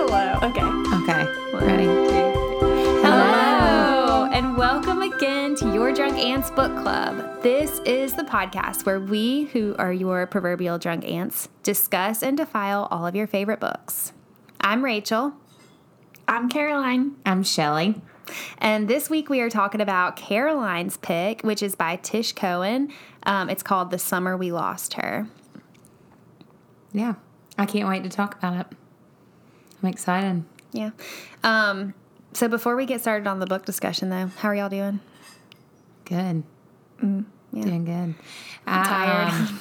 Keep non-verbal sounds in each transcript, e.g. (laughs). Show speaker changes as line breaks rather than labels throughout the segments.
Okay.
Okay.
Ready?
Ready?
Hello, and welcome again to Your Drunk Ants Book Club. This is the podcast where we, who are your proverbial drunk ants, discuss and defile all of your favorite books. I'm Rachel. I'm Caroline.
I'm Shelly.
And this week we are talking about Caroline's pick, which is by Tish Cohen. Um, it's called The Summer We Lost Her.
Yeah. I can't wait to talk about it. I'm excited.
Yeah. Um, so before we get started on the book discussion, though, how are y'all doing?
Good. Mm,
yeah.
Doing good.
tired.
Um,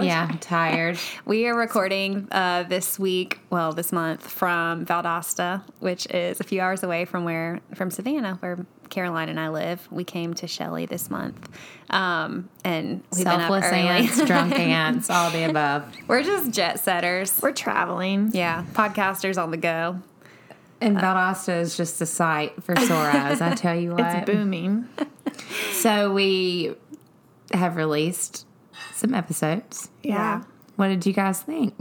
(laughs) yeah, I'm tired.
We are recording uh, this week, well, this month from Valdosta, which is a few hours away from where from Savannah, where Caroline and I live. We came to Shelley this month, um, and we've
Selfless
been up early.
ants, drunk (laughs) ants, all the above.
(laughs) We're just jet setters.
We're traveling.
yeah, podcasters on the go.
And Valdosta is just a sight for sore eyes, I tell (laughs) you what.
It's booming.
so we have released some episodes.
Yeah.
What did you guys think?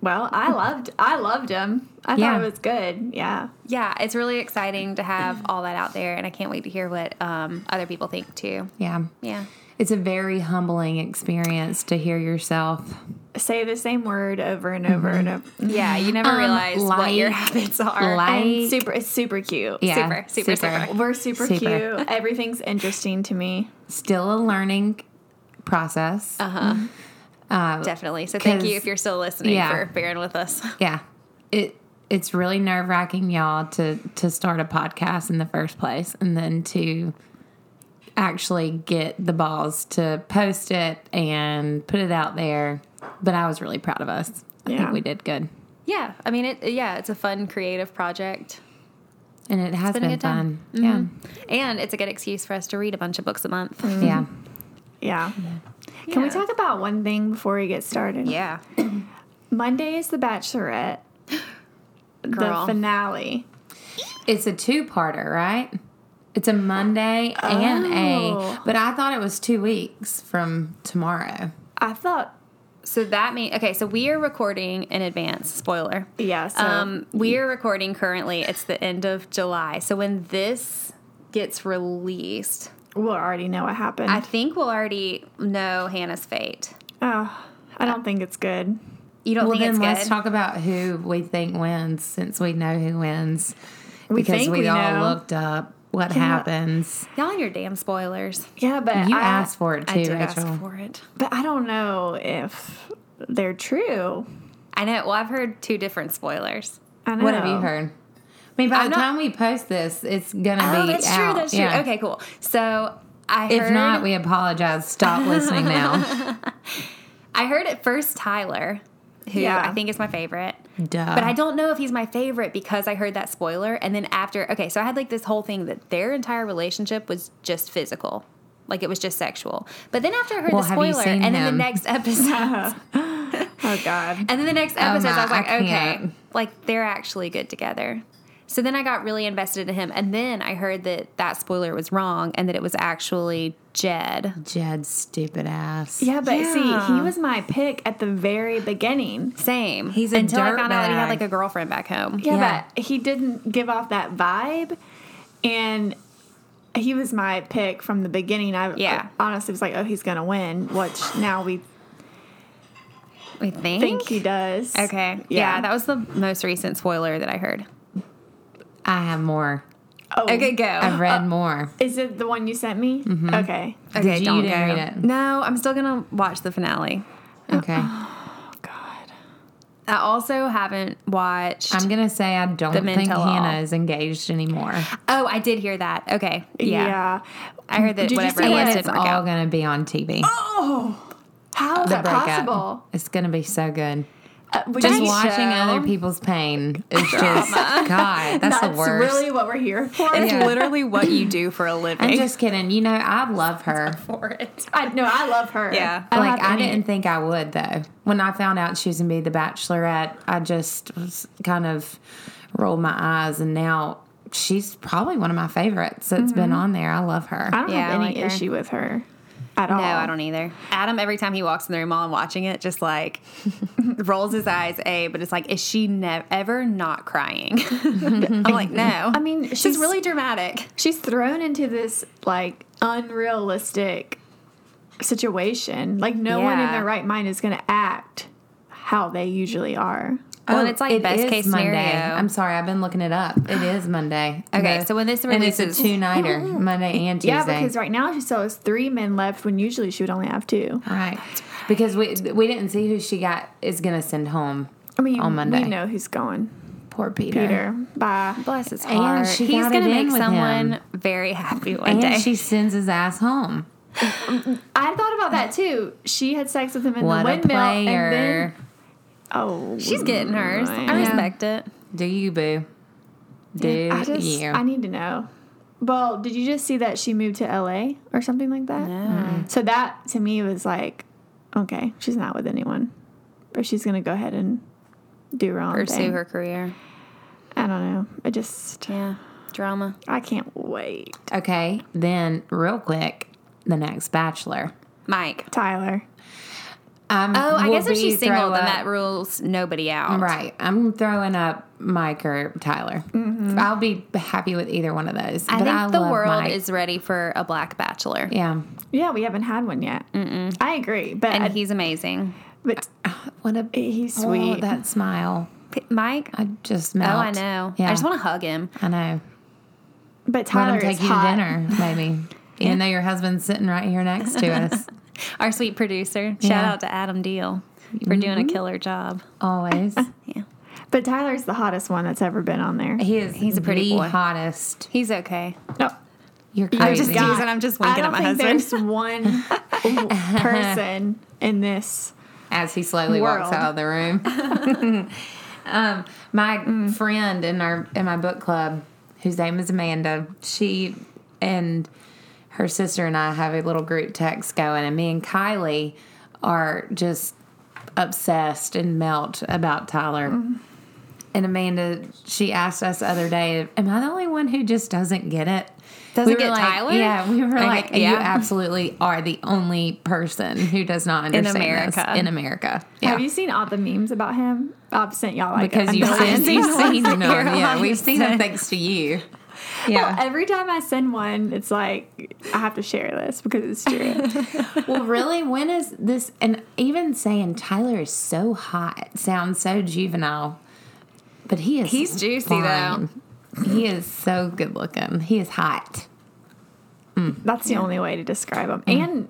Well, I loved I loved him. I
Yeah.
thought it was good. Yeah.
Yeah, it's really exciting to have all that out there, and I can't wait to hear what um, other people think too.
Yeah.
Yeah.
It's a very humbling experience to hear yourself.
Say the same word over and over and over.
Yeah, you never
Um,
realize what your
like-
habits are.
like-
And super it's super cute.
Yeah,
Uh, Super, super, super.
We're super,
Super.
cute. Everything's interesting to me.
Still a learning process.
Oh. Definitely. So thank you
'Cause-
if you're still listening
yeah.
for bearing with us.
Yeah. It it's really nerve wracking, y'all, to to start a podcast in the first place and then to actually get the balls to post it and put it out there. But I was really proud of us. I
Yeah.
think we did good.
Yeah, I mean, it, yeah, it's a fun creative project,
And it has
been
been,
a good time. Mm-hmm.
fun.
and it's a good excuse for us to read a bunch of books a month.
Yeah. Yeah.
Yeah. Can we
Yeah.
talk about one thing before we get started?
Yeah,
Monday is the Bachelorette.
Girl.
The finale.
It's a two parter, right? It's a Monday and
Oh.
a but I thought it was two weeks from tomorrow.
I thought
so that means okay. So we are recording in advance. Spoiler.
yeah, so
Um, we are recording currently. It's the end of July. So when this gets released,
we'll already know what happened.
I think we'll already know Hannah's fate.
oh, I don't think it's good.
You don't
Well,
think
then
it's good?
let's talk about who we think wins since we know who wins.
We
because
think
we,
we
all
know.
looked up what happens.
Y'all and your damn spoilers.
Yeah, but
You
I,
asked for it too,
I did
Rachel.
ask for it.
But I don't know if they're true.
I know. Well, I've heard two different spoilers.
I know.
what have you heard? I mean, by
I'm
the
not-
time we post this, it's gonna
Oh,
be
that's
out.
true. That's true.
Yeah.
Okay, cool. So I
If
heard,
not, we apologize. Stop
(laughs)
listening now.
I heard at first Tyler, who
Yeah.
I think is my favorite.
Duh.
But I don't know if he's my favorite because I heard that spoiler. And then after, okay, so I had like this whole thing that their entire relationship was just physical. Like it was just sextual. But then after I heard
Well,
the
have you
spoiler,
seen
and then the
him?
next
(laughs)
episode,
Oh God.
and then the next episode,
my,
I was like,
I
okay,
can't.
like they're actually good together. So then I got really invested in him. And then I heard that that spoiler was wrong and that it was actually Jed.
Jed's stupid ass.
Yeah, but see, he
Yeah.
was my pick at the very beginning.
Same.
He's a
until I found out that he had
dirtbag.
like a girlfriend back home.
Yeah,
Yeah.
but he didn't give off that vibe, and he was my pick from the beginning. I
Yeah.
I honestly was like, oh, he's gonna win, which now we
We think.
think he does.
Okay. Yeah. that was the most recent spoiler that I heard.
I have more.
Oh,
Okay, go. (gasps)
I've read more.
Is it the one you sent me? Okay.
okay,
Did you-
don't
you didn't
go.
read it?
No, I'm still gonna watch the finale.
Okay.
Oh God.
I also haven't watched.
I'm gonna say I don't
The
think
Mental Law.
Hannah is engaged anymore.
oh, I did hear that. Okay. Yeah.
Yeah.
I heard that
Did you
whatever
see
it
that
was
And
didn't
it's
work
all
out.
gonna be on TV.
Oh, how is
the
that
breakup.
possible?
It's gonna be so good.
Uh, would
Just
you-
watching
show.
other people's pain is just God. That's,
That's
the worst.
really what we're here for.
It's
Yeah.
literally what you do for a
(laughs)
living.
I'm just kidding. You know, I love her.
for (laughs) it.
I no, I love her.
Yeah.
I
Like
like
I didn't think I would though. When I found out she was gonna be the Bachelorette, I just was kind of rolled my eyes, and now
Mm-hmm.
she's probably one of my favorites that's been on there. I love her.
I don't
Yeah, I
have any
like her.
issue with her. at all.
No, Oh, I don't either. Adam, every time he walks in the room while I'm watching it, just like (laughs) rolls his eyes, A, but it's like, is she ne- ever not crying? (laughs) I'm like, no.
I mean,
she's
she's-
really dramatic.
She's thrown into this like unrealistic situation. Like no one in
Yeah.
their right mind is going to act how they usually are.
Well, and it's like best
Oh, is
case
Monday.
scenario.
I'm sorry, I've been looking it up. It is Monday.
(sighs) Okay, so when this
and
releases-
it's a two
(gasps)
nighter, Monday and Tuesday.
Yeah, because right now she still has three men left when usually she would only have two.
right, because we we didn't see who she got is gonna send home.
I mean,
On Monday.
we know who's going.
Poor
Peter, bye.
Bless his
And
heart.
she
He's
got
gonna
it in
make
with
someone
him.
very happy one
And
day.
she sends his ass home.
I thought about that too. She had sex with him in
What
the
a
windmill, and then
player!
(laughs)
oh,
she's getting hers. I
Yeah.
respect it.
Do you boo? Do
I just
you?
I need to know. Well, did you just see that she moved to LA or something like that? So that to me was like, okay, she's not with anyone, but she's gonna go ahead and do her own
Pursue
thing.
her career.
I don't know. I just
Yeah. Drama.
I can't wait,
okay, then real quick, the next Bachelor.
Mike.
Tyler.
I'm,
Oh, I
will
guess if
be
she's single,
throw
then
up-
that rules nobody out.
Right. I'm throwing up Mike or Tyler. I'll be happy with either one of those.
Mm-hmm. I
but
think
I
the
love
world
Mike.
is ready for a black bachelor.
Yeah.
Yeah, we haven't had one yet. Mm-mm. I agree, but
And
I-
he's amazing.
but
What a
he's
oh,
sweet.
that smile.
P- Mike?
I just
oh,
melt.
I know.
Yeah.
I just want to hug him.
I know.
but
Let
Tyler
him
is
take you
hot.
to dinner, maybe.
(laughs)
Even though your husband's sitting right here next to us,
Our sweet producer. Shout
Yeah.
out to Adam Deal for doing a killer job.
always.
Yeah.
But Tyler's the hottest one that's ever been on there.
He is
He's a pretty
the
boy.
hottest.
He's okay.
No.
You're
I'm
crazy.
just
God.
teasing. I'm just winking
I
at
don't
my
think
husband.
There's
(laughs)
one person in this.
as he slowly walks
World.
out of the room. (laughs) um,
(laughs)
my friend in our in my book club, whose name is Amanda, she and her sister and I have a little group text going, and me and Kylie are just obsessed and melt about Tyler.
Mm-hmm.
And Amanda, she asked us the other day, "Am I the only one who just doesn't get it?"
Doesn't
were
get
like-
Tyler?
Yeah, we were
Okay,
like,
yeah.
"You absolutely are the only person who does not understand this
America.
in America." Yeah.
Have you seen all the memes about him? I've sent y'all like
because
a
you've
million.
seen, you've seen them. Yeah,
on
we've
your
seen them thanks to you.
Well, every time I send one, it's like I have to share this because it's (laughs) true.
Well, really, when is this? And even saying Tyler is so hot sounds so juvenile, but he is.
He's juicy, though.
though. He is so good looking. He is hot.
That's the only way to describe him, and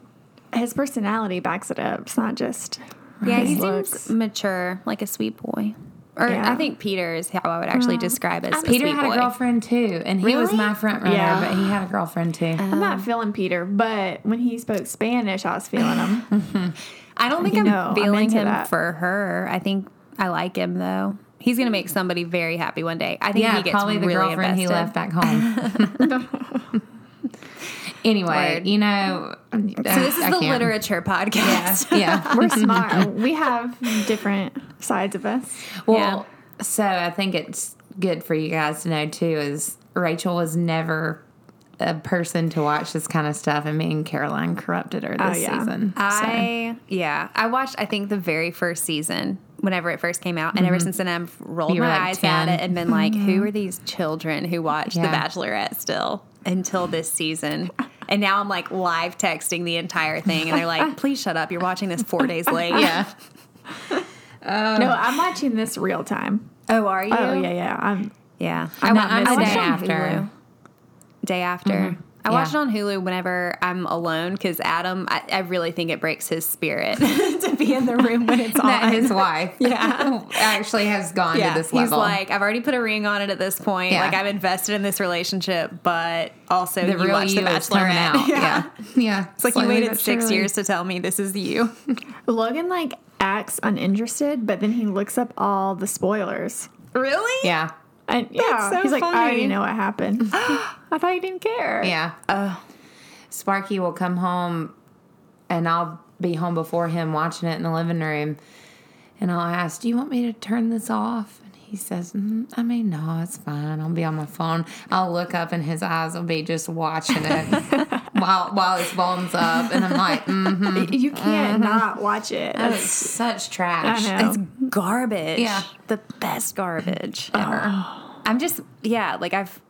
his personality backs it up. It's not just
Yeah, he
his looks.
seems mature, like a sweet boy. Or
Yeah.
I think Peter is how I would actually describe as a
Peter
sweet
had
boy.
a girlfriend too, and he was
Really?
my front runner,
Yeah.
but he had a girlfriend too.
I'm not feeling Peter, but when he spoke Spanish, I was feeling him. (laughs)
I don't think
You
I'm
know, I'm
feeling
into
him
that.
for her. I think I like him though. He's gonna make somebody very happy one day. I think
yeah,
he gets
probably the
really
girlfriend
invested.
he left back home.
(laughs)
anyway,
Word.
you know. uh,
So this is the literature podcast. (laughs)
Yeah.
We're smart. we have different sides of us.
Well, so I think it's good for you guys to know too is Rachel was never a person to watch this kind of stuff, and me and Caroline corrupted her this
Oh, yeah.
season.
I yeah, I watched I think the very first season whenever it first came out, and ever since then I've rolled
Mm-hmm. You were
my
like
eyes
10.
at it and been like, who are these children who watch The
Yeah.
Bachelorette still until this season? And now I'm like live texting the entire thing, and
(laughs)
they're like, please shut up, you're watching this four days late. (laughs)
yeah.
no, I'm watching this real time.
Oh, are you?
Uh. Oh yeah, yeah. I'm
Yeah.
I'm not- I'm
watched
the
it
day
on
after.
Hulu. Day after. I
Yeah.
watch it on Hulu whenever I'm alone because Adam, I, I really think it breaks his spirit (laughs) to be in the room when it's
(laughs)
on.
That his
(laughs)
wife yeah. (laughs) actually has gone
yeah,
to this
he's
level.
like, I've already put a ring on it at this point.
Yeah.
Like, I'm invested in this relationship, but also
the
you
real
watch
you
The
is coming
Bachelorette.
out.
(laughs) Yeah.
Yeah. Yeah.
It's like you waited six years to tell me this is you.
(laughs)
Logan like acts uninterested, but then he looks up all the spoilers.
really?
Yeah.
And yeah,
so
he's like, I
funny.
already know what (gasps) happened. I thought you didn't care.
Yeah. Sparky will come home and I'll be home before him watching it in the living room. And I'll ask, Do you want me to turn this off? And he says, mm, I mean, no, it's fine. I'll be on my phone. I'll look up and his eyes will be just watching it. while while his bones up, and I'm like, mm-hmm.
You can't not watch it.
that
That's-
is such trash.
I know.
It's garbage.
Yeah.
The best garbage
Ever.
I'm just, yeah, like I've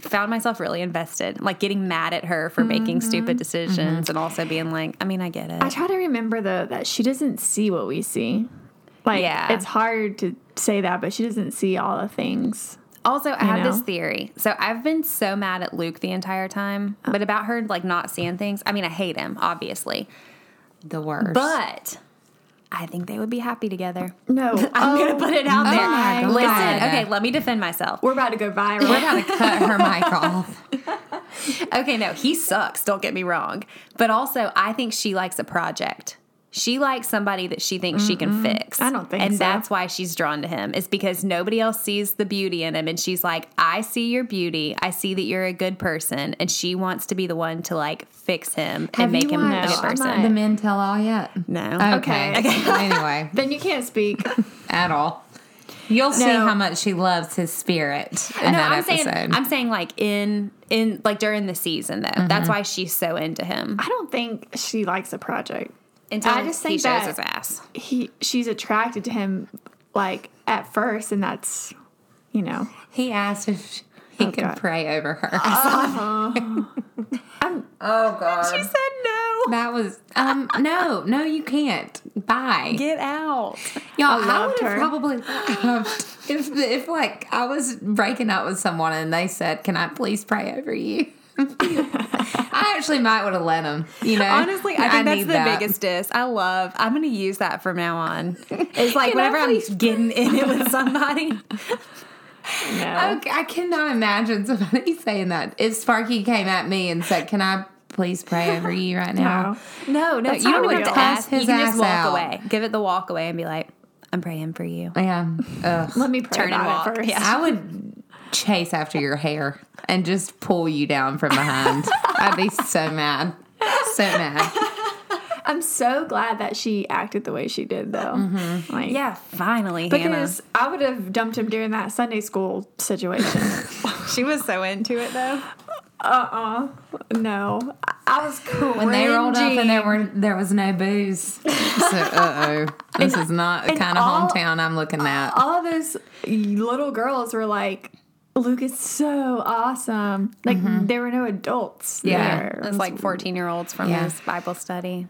found myself really invested, like getting mad at her for making
Mm-hmm.
stupid decisions and also being like, I mean, I get it.
I try to remember though that she doesn't see what we see. Like
Yeah.
it's hard to say that, but she doesn't see all the things.
also, I have this
know?
theory. So I've been so mad at Luke the entire time,
Oh.
but about her like not seeing things. I mean, I hate him, obviously,
The worst.
but I think they would be happy together.
(laughs) No,
I'm
oh,
gonna (laughs) put it out there.
my God.
Listen, okay, let me defend myself.
we're about to go viral.
we're
(laughs)
about to cut her mic off.
Okay, no, he sucks, don't get me wrong. But also, I think she likes a project. She likes somebody that she thinks she can fix.
I don't think
And
so.
that's why she's drawn to him, is because nobody else sees the beauty in him. And she's like, I see your beauty. I see that you're a good person. And she wants to be the one to like fix him and make him a good
watched
person.
my-
The Men Tell All yet?
No.
Okay.
Okay.
anyway,
then you can't (laughs) speak.
at all. You'll see
No.
how much she loves his spirit in
no,
that
I'm
episode. Mm-hmm.
saying I'm saying like in in like during the season though. That's why she's so into him.
I don't think she likes a project.
Until
I just
he
think
shows
that-
his ass.
He she's attracted to him like at first, and that's you know
he asked if sh- he
Oh,
could
God.
pray over
(laughs)
her. (laughs) oh God.
She said no.
That was um no no you can't bye
Get out.
Uh, y'all I,
loved
would have
her.
probably loved if if like I was breaking up with someone and they said can I please pray over you (laughs) I actually might would have let them you know
Honestly,
(laughs)
I think that's
need
the biggest diss. I love. I'm going to use that from now on. It's like
Can I
whenever I'm
please-
getting in it (laughs) with somebody.
no.
I, I cannot imagine somebody (laughs) saying that if Sparky came at me and said can I please pray over you right now
(laughs) No.
No, no,
That's
you
not
don't even
real.
have to
Cuss
ask.
his
you can just
ass
walk
out.
away. Give it the walk away and be like, "I'm praying for you."
yeah Ugh.
Let me pray
Turn and walk.
about it first.
Yeah.
I would chase after your hair and just pull you down from
(laughs)
behind. I'd be so mad. So mad.
I'm so glad that she acted the way she did, though.
Mm-hmm.
Like,
Yeah, finally,
because I would have dumped him during that Sunday school situation. (laughs)
Hannah. She was so into it though.
uh uh no, I, I was cool
When they rolled up and there were there was no booze. So uh oh. This is not the
and
kind of
all-
hometown I'm looking at.
all of those little girls were like. Luke is so awesome. Like there were no adults
Mm-hmm. Yeah.
there.
It's like 14 year olds from
Yeah.
his Bible study.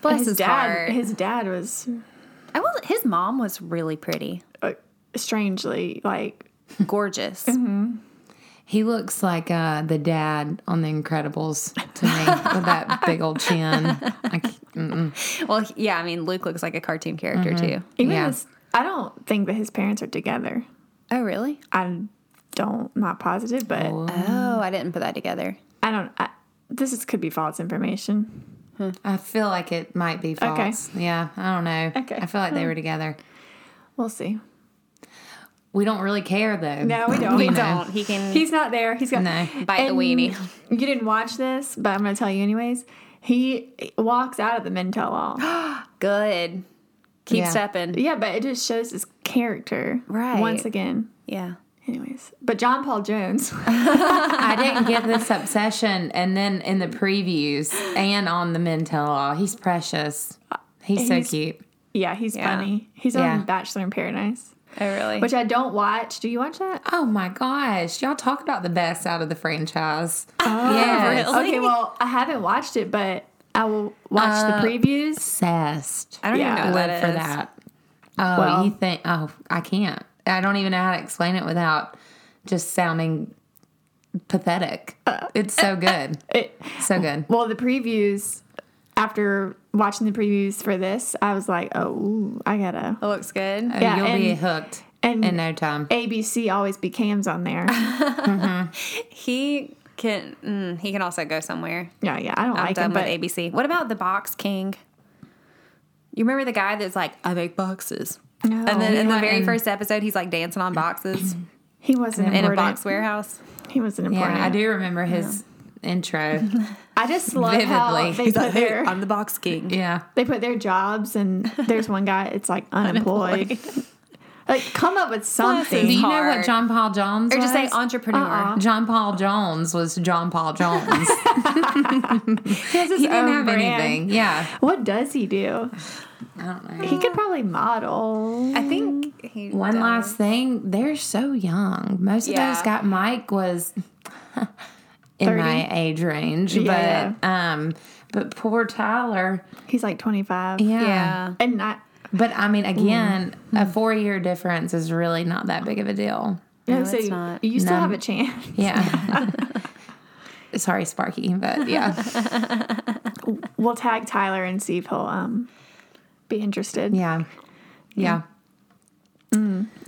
Bless his,
his dad.
heart.
His dad was
I was. His mom was really pretty,
uh, strangely like
gorgeous.
He looks like uh, the dad on The Incredibles to me with that big old chin. I c- mm-mm.
Well, yeah, I mean, Luke looks like a cartoon character too.
even
Yeah.
his, I don't think that his parents are together.
Oh, really?
I don't not positive, but
Oh, I didn't put that together.
I don't. I, this is, could be false information.
I feel like it might be false. Yeah, I don't know.
Okay. Hmm.
I feel like they were together.
We'll see.
We don't really care though.
No,
(laughs)
we don't.
We
know.
don't. He can
(laughs) He's not there. He's got
No.
bite the
And
weenie.
You didn't watch this, but I'm going to tell you anyways. He walks out of the men tell all.
Good. Keep
Yeah.
stepping.
yeah, but it just shows his character
Right.
once again.
Yeah.
Anyways, but John Paul Jones.
I didn't get
(laughs)
this obsession, and then in the previews and on the Men Tell All, he's precious. He's, so
He's-
cute.
yeah, he's
Yeah.
funny. He's
Yeah.
on Bachelor in Paradise,
Oh, really?
which I don't watch. Do you watch that?
Oh my gosh, y'all talk about the best out of the franchise.
Oh,
yes.
really?
Okay, well, I haven't watched it, but I will watch
Uh,
the previews.
obsessed.
I don't
yeah,
even know what
live
that
for
is.
that. Oh,
Well-
you think? Oh, I can't. I don't even know how to explain it without just sounding pathetic. It's
(laughs)
so good,
Uh, It,
so good.
well, the previews. After watching the previews for this, I was like, "Oh, ooh, I gotta."
It looks good.
Oh,
Yeah,
You'll be
and-
hooked
And
in no time.
ABC always be cams
(laughs)
on there.
He can. Mm, he can also go somewhere.
Yeah, yeah, I don't
I'm
like
done
him, but
with ABC. What about the Box King? You remember the guy that's like, I make boxes.
No,
Oh, and then
he
in the very
wasn't.
first episode, he's like dancing on (clears throat) boxes
he wasn't
in a
important.
box warehouse.
He wasn't important.
Yeah, I do remember his (laughs) intro.
I just love how
Vividly.
they
He's
(laughs)
put
But hey,
their
I'm the Box King.
Yeah.
(laughs)
they put their jobs and there's one guy. It's like unemployed. Like, come up with something.
Do you know
hard.
what John Paul Jones
Or just say
was?
entrepreneur.
Uh-uh.
John Paul Jones was John (laughs) Paul Jones. Oh,
He has his
he didn't
own
have
brand.
anything. Yeah.
What does he do?
I don't know.
He could probably model.
I think he
One
does.
last thing, they're so young. Most of
Yeah.
those got Mike was (laughs) in
30.
my age range,
Yeah,
but um, but poor Tyler,
He's like 25.
yeah. Mm. Hmm.
Yeah.
And not,
But I mean, again, a four year difference is really not that big of a deal.
no,
No,
so
it's
you,
not.
you still
No.
have a chance. (laughs)
Yeah. (laughs) Sorry, Sparky, but yeah,
We'll tag Tyler and see if he'll um, be interested.
(laughs) yeah, yeah.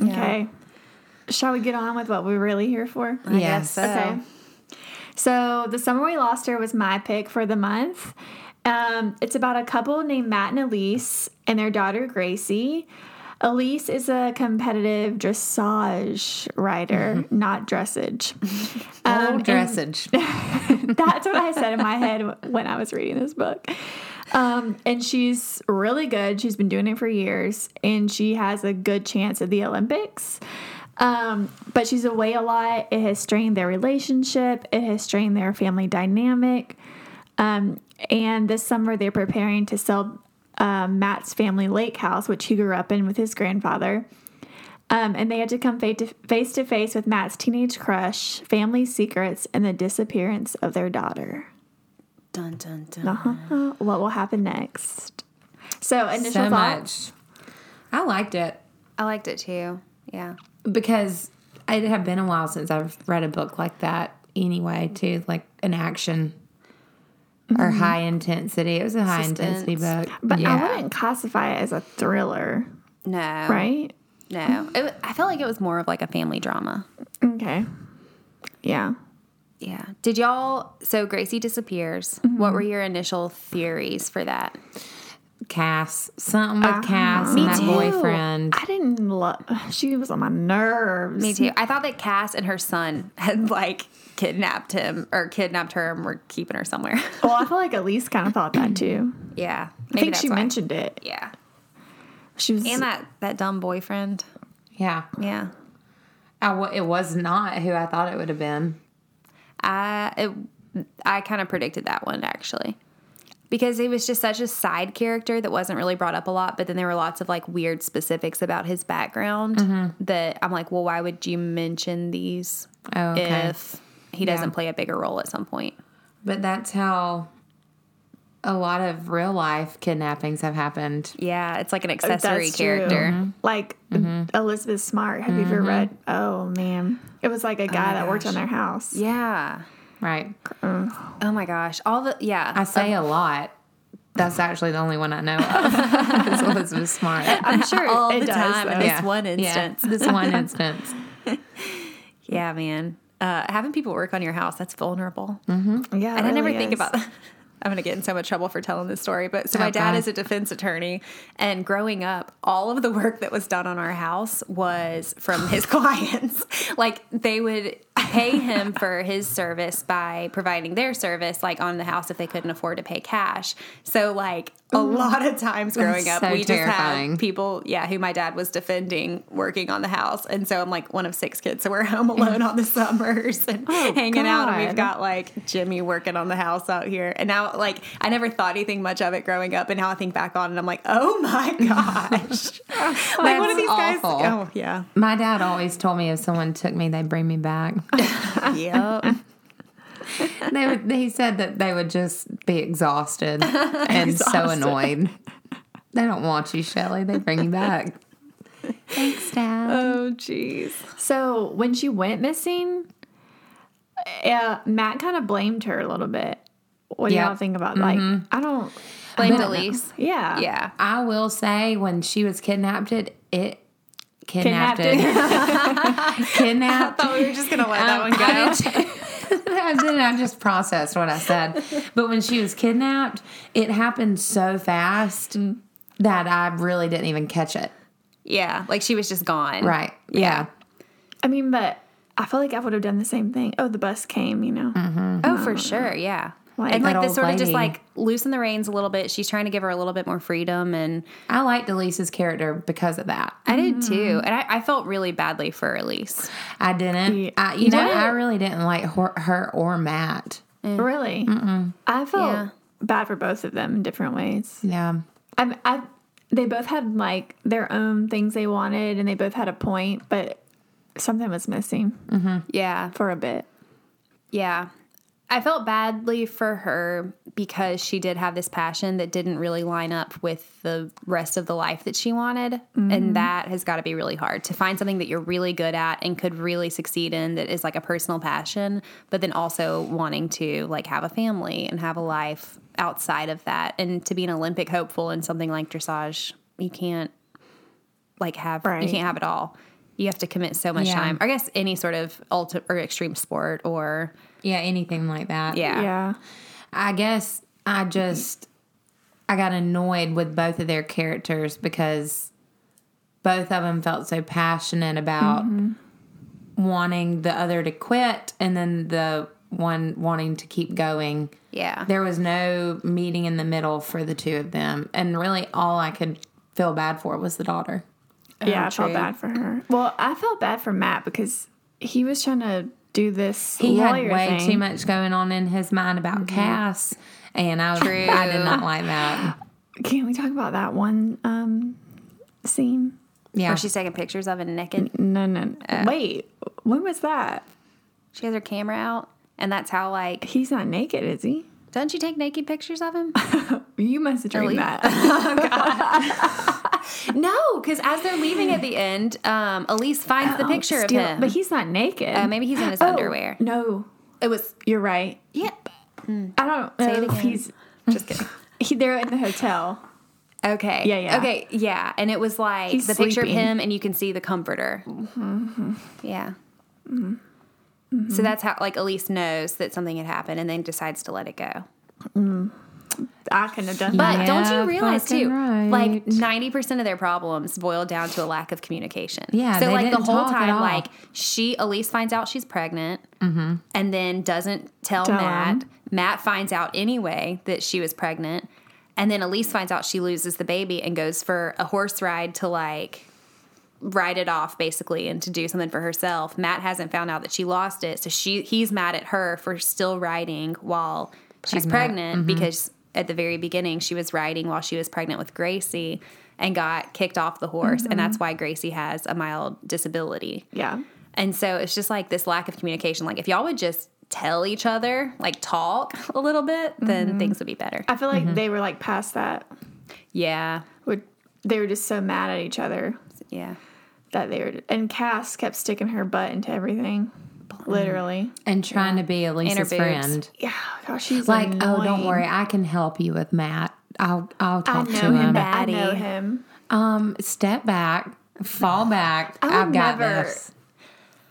Okay. Shall we get on with what we're really here for?
I
Yes.
guess so.
Okay. So the summer we lost her was my pick for the month. Um, it's about a couple named Matt and Elise and their daughter Gracie. Elise is a competitive dressage rider,
Mm-hmm.
not dressage.
Old dressage.
That's what I said in my head when I was reading this book. Um, and she's really good. She's been doing it for years, and she has a good chance at the Olympics. Um, but she's away a lot. It has strained their relationship. It has strained their family dynamic. Um, and this summer, they're preparing to sell uh, Matt's family lake house, which he grew up in with his grandfather. Um, and they had to come fa- to- face to face with Matt's teenage crush, family secrets, and the disappearance of their daughter.
Dun dun dun.
Uh, What will happen next? So initial
so
thoughts.
much. I liked it.
I liked it too. Yeah.
because it had been a while since I've read a book like that anyway, too, like an action or high intensity. It was a high intensity book.
But I wouldn't classify it as a thriller,
No. Right.
right?
No. It, wa- I felt like it was more of like a family drama.
Okay. Yeah.
Yeah. Did y'all? So Gracie disappears. What were your initial theories for that?
Cass, something with Cass
Me
and that
too.
boyfriend.
I didn't love. She was on my nerves.
Me too. I thought that Cass and her son (laughs) had like kidnapped him or kidnapped her and were keeping her somewhere. (laughs)
Well, I feel like Elise kind of thought that too.
yeah.
I think she
why.
mentioned it.
Yeah.
She was.
And that that dumb boyfriend.
Yeah,
Yeah.
I w- it was not who I thought it would have been.
I it, I kind of predicted that one actually. Because he was just such a side character that wasn't really brought up a lot, but then there were lots of like weird specifics about his background that I'm like, well, why would you mention these
Oh, okay.
if he doesn't play a bigger role at some point?
But that's how a lot of real life kidnappings have happened.
Yeah, Oh, it's like an
That's
accessory
true.
character.
Mm-hmm.
Mm-hmm.
Like Elizabeth Smart. Have you ever read? Oh man, it was like a guy that worked on their house.
Oh Yeah.
Right.
Oh my gosh. All the yeah.
I say
Um,
a lot. That's actually the only one I know
(laughs)
of. (laughs) is Elizabeth Smart.
I'm sure (laughs) all
it
the
does,
time in
though.
this
Yeah.
one
Yeah.
instance. Yeah,
this one instance.
man. Uh, having people work on your house, that's vulnerable.
Yeah,
And I never
really
think
is.
about (laughs) that. I'm going to get in so much trouble for telling this story. But so my
Oh,
dad
God.
is a defense attorney. And growing up, all of the work that was done on our house was from (laughs) his clients. like they would pay him for his service by providing their service, like on the house if they couldn't afford to pay cash. So, like, a lot of (laughs) times growing up,
so
we just
terrifying.
had people, yeah, who my dad was defending working on the house. And so I'm like one of six kids. So we're (laughs) home alone on the summers
(laughs)
and
Oh,
hanging out. And we've
God.
got got, like Jimmy working on the house out here. And now, like, I never thought anything much of it growing up. And now I think back on it, I'm like, oh
(laughs)
my gosh. (laughs) like, one
That's
of these guys.
awful.
Oh, yeah.
My dad always told me if someone took me, they'd bring me
(laughs)
back. (laughs)
Yeah.
they would, he said that they would just be
(laughs)
exhausted and so annoyed. They don't want you, Shelley. They bring you
(laughs)
back. Thanks, Dad.
oh, jeez.
So when she went missing, uh, Matt kind of blamed her a little bit. What do
Yeah.
y'all think about? Like, I don't.
(laughs) Blamed Elise.
Yeah.
Mm-hmm. Yeah.
I will say, when she was kidnapped, it, it kidnapped, it. (laughs) kidnapped.
Thought we were just going to let that one go.
Um, I did- I did. I just processed what I said. But when she was kidnapped, it happened so fast that I really didn't even catch it.
(laughs) Yeah. Like, she was just gone.
Right. Yeah.
I mean, but I feel like I would have done the same thing. Oh, the bus came. You know.
Oh, for sure. Yeah.
Like,
and like
that
this
old
sort of
lady.
just like loosen the reins a little bit. She's trying to give her a little bit more freedom, and
I liked Elise's character because of that.
I did too. And I, I felt really badly for Elise.
I didn't.
Yeah.
I, you
You
know,
didn't?
I really didn't like her, her or Matt.
really, I
Mm.
felt
Yeah.
bad for both of them in different ways.
Yeah.
I, I, they both had like their own things they wanted, and they both had a point, but something was missing
Yeah,
for a bit.
yeah. I felt badly for her because she did have this passion that didn't really line up with the rest of the life that she wanted, and that has got to be really hard to find something that you're really good at and could really succeed in that is like a personal passion, but then also wanting to like have a family and have a life outside of that, and to be an Olympic hopeful in something like dressage, you can't like have you
Right.
can't have it all. You have to commit so much
Yeah.
time. I guess any sort of ultra or extreme sport or
Yeah. Anything like that.
yeah.
yeah.
I guess I just I got annoyed with both of their characters because both of them felt so passionate about wanting the other to quit and then the one wanting to keep going.
Yeah.
There was no meeting in the middle for the two of them and really all I could feel bad for was the daughter.
Yeah,
Oh,
I felt
true.
bad for her. Well, I felt bad for Matt because he was trying to do this
He
lawyer
had way
thing.
too much going on in his mind about Cass and I I did not like that.
(laughs) Can we talk about that one um, scene?
Yeah.
Where she's taking pictures of and naked.
No, no. no.
Uh.
Wait, when was that?
She has her camera out. And that's how like
He's not naked, is he?
doesn't she take naked pictures of him?
You must have dreamed
Elise.
that.
(laughs) no, because as they're leaving at the end, um, Elise finds the picture
Steal-
of him.
Oh, but he's not naked.
uh, maybe he's in his
Oh,
underwear.
No,
It was
you're right.
yep.
I don't know
it
if
again.
he's
Just kidding.
he, they're in the hotel.
Okay.
Yeah, yeah.
Okay, yeah. And it was like
He's
the picture of
sleeping.
him, and you can see the comforter. Mm-hmm. Yeah. Mm-hmm. So that's how, like, Elise knows that something had happened and then decides to let it go.
I couldn't have done
But
that.
don't you
Yeah,
realize,
fucking
too,
right.
like, 90% of their problems boil down to a lack of communication.
Yeah,
So,
they
like, the
didn't
whole
talk at
time,
all. Mm-hmm.
like, she, Elise finds out she's pregnant and then doesn't tell,
Tell
Matt.
him.
Matt finds out anyway that she was pregnant. And then Elise finds out she loses the baby and goes for a horse ride to, like, write it off basically and to do something for herself. Matt hasn't found out that she lost it, so she he's mad at her for still riding while she's pregnant because at the very beginning she was riding while she was pregnant with Gracie and got kicked off the horse and that's why Gracie has a mild disability.
Yeah.
And so it's just like this lack of communication like if y'all would just tell each other, like talk a little bit, then things would be better.
I feel like
Mm-hmm.
they were like past that.
Yeah.
Would they were just so mad at each other
Yeah.
that they were and Cass kept sticking her butt into everything. Literally.
and trying to be
her
Elise's
boobs.
friend.
Yeah, gosh, she's
like, oh, don't
annoying.
worry, I can help you with Matt. I'll I'll
I
talk
know
to
him.
him.
but I
Maddie.
know him.
Um, step back, fall back.
would
I've got
never-
this.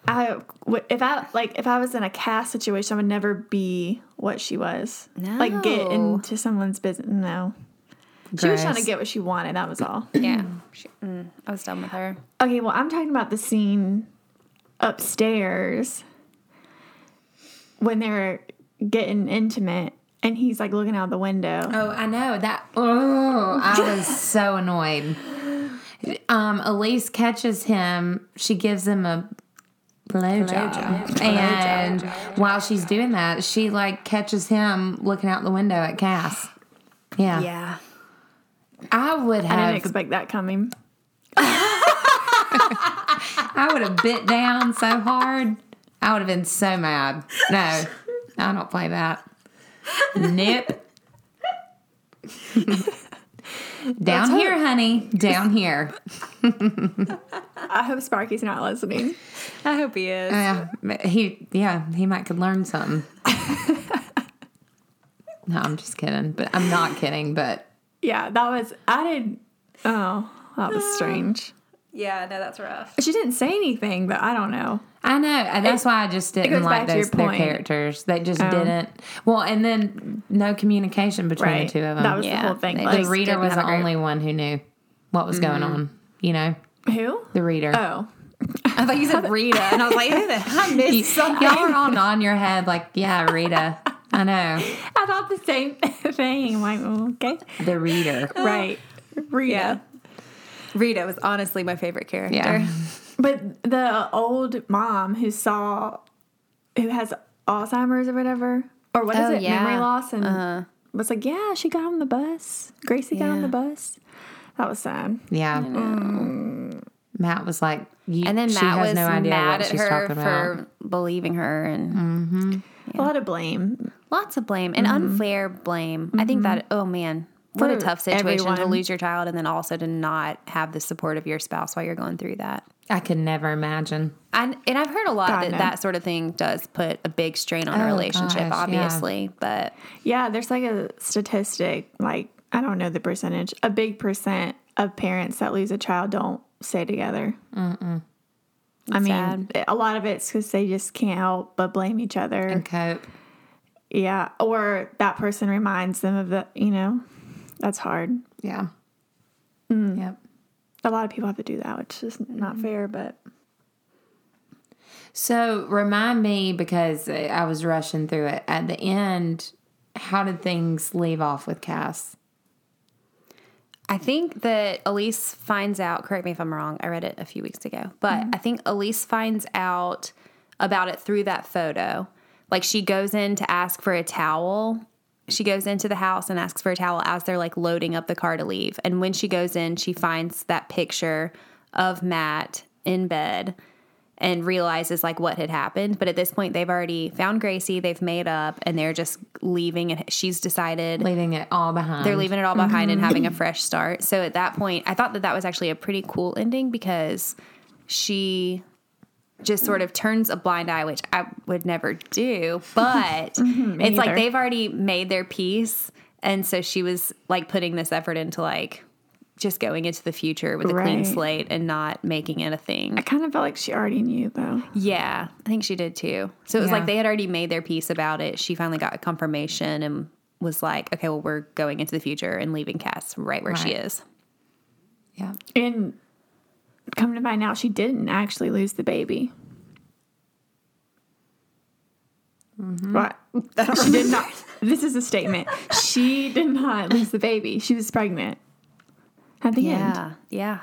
I would if I like if I was in a cast situation, I would never be what she was. Like get
No.
into someone's business. No, she was trying to
Gross.
get what she wanted. That was all. (coughs)
Yeah. She, mm, I was done with her.
Okay, well, I'm talking about the scene upstairs when they're getting intimate, and he's like looking out the window.
Oh, I know that. Oh, I
(laughs)
was so annoyed. Um, Elise catches him. She gives him a blowjob, and while she's doing that, she like catches him looking out the window at Cass. Yeah,
Yeah.
I would
I
have
didn't expect that coming.
I would have bit down so hard. I would have been so mad. No, I don't play that. Nip. (laughs) down here, honey. Down here.
I hope Sparky's not listening.
I hope he is.
Yeah, he. Yeah, he might could learn something. no, I'm just kidding. But I'm not kidding. But
Yeah, that was I didn't. Oh,
(sighs)
that was strange.
Yeah, no, that's rough.
She didn't say anything, but I don't know.
I know. and That's why I just
goes
didn't like
back to your
those their
point. Oh.
characters. They just didn't. Well, and then no communication between
Right.
the two of them.
That was
Yeah,
the whole thing.
they
Like,
the reader
didn't
was
have
the
a group. Mm-hmm.
only one who knew what was going on. You know,
who?
the reader.
Oh,
I thought you said Rita, and I was like, who the I missed
Y'all are all nodding your head like, yeah, Rita. I know.
I thought the same (laughs) thing. I'm like, oh, okay.
The reader.
Right. Uh, Rita.
Yeah. Rita was honestly my favorite character.
Yeah.
But the old mom who saw, who has Alzheimer's or whatever, or what is
Oh,
it,
yeah.
memory loss, and
Uh-huh.
was like, yeah, she got on the bus. Gracie got on
Yeah.
the bus. That was sad.
Yeah. Matt was like, you,
And then
she
Matt
has
was
no idea
mad
what
at
she's
her
talking about. Mm.
for believing her and
A lot of blame.
lots of blame
Mm-hmm.
and unfair blame. I think that oh man, what a
For
tough situation to
everyone.
lose your child and then also to not have the support of your spouse while you're going through that.
I could never imagine.
And and I've heard a lot
God,
that
no.
that sort of thing does put a big strain on a
Oh, gosh,
relationship,
yeah.
obviously. But
Yeah, there's like a statistic, like, I don't know the percentage, a big percent of parents that lose a child don't stay together. Mm-mm. I mean,
sad.
a lot of it's because they just can't help but blame each other.
And cope.
Yeah, or that person reminds them of the, you know, that's hard.
Yeah.
Mm.
Yep.
A lot of people have to do that, which is not fair, but
So remind me because I was rushing through it at the end. How did things leave off with Cass?
I think that Elise finds out, correct me if I'm wrong, I read it a few weeks ago, but I think Elise finds out about it through that photo. Like she goes in to ask for a towel. She goes into the house and asks for a towel as they're like loading up the car to leave. And when she goes in, she finds that picture of Matt in bed and realizes like what had happened. But at this point, they've already found Gracie, they've made up, and they're just leaving. And she's decided
Leaving it all behind.
Um,
they're leaving it all behind and having a
Mm-hmm.
fresh start. So at that point, I thought that that was actually a pretty cool ending because she just sort of turns a blind eye, which I would never do.
(laughs)
But
Mm-hmm, me
it's like
either.
they've already made their peace, and so she was like putting this effort into like just going into the future with a clean
Right.
slate and not making it a thing.
I kind of felt like she already knew, though.
Yeah, I think she did too. So it was
Yeah.
like they had already made their piece about it. She finally got a confirmation and was like, okay, well, we're going into the future and leaving Cass right where she
Right.
is.
Yeah.
And come to find out, she didn't actually lose the baby.
Mm-hmm.
Right. She did not. This is a statement. She did not lose the baby. She was pregnant at the end.
Yeah, yeah.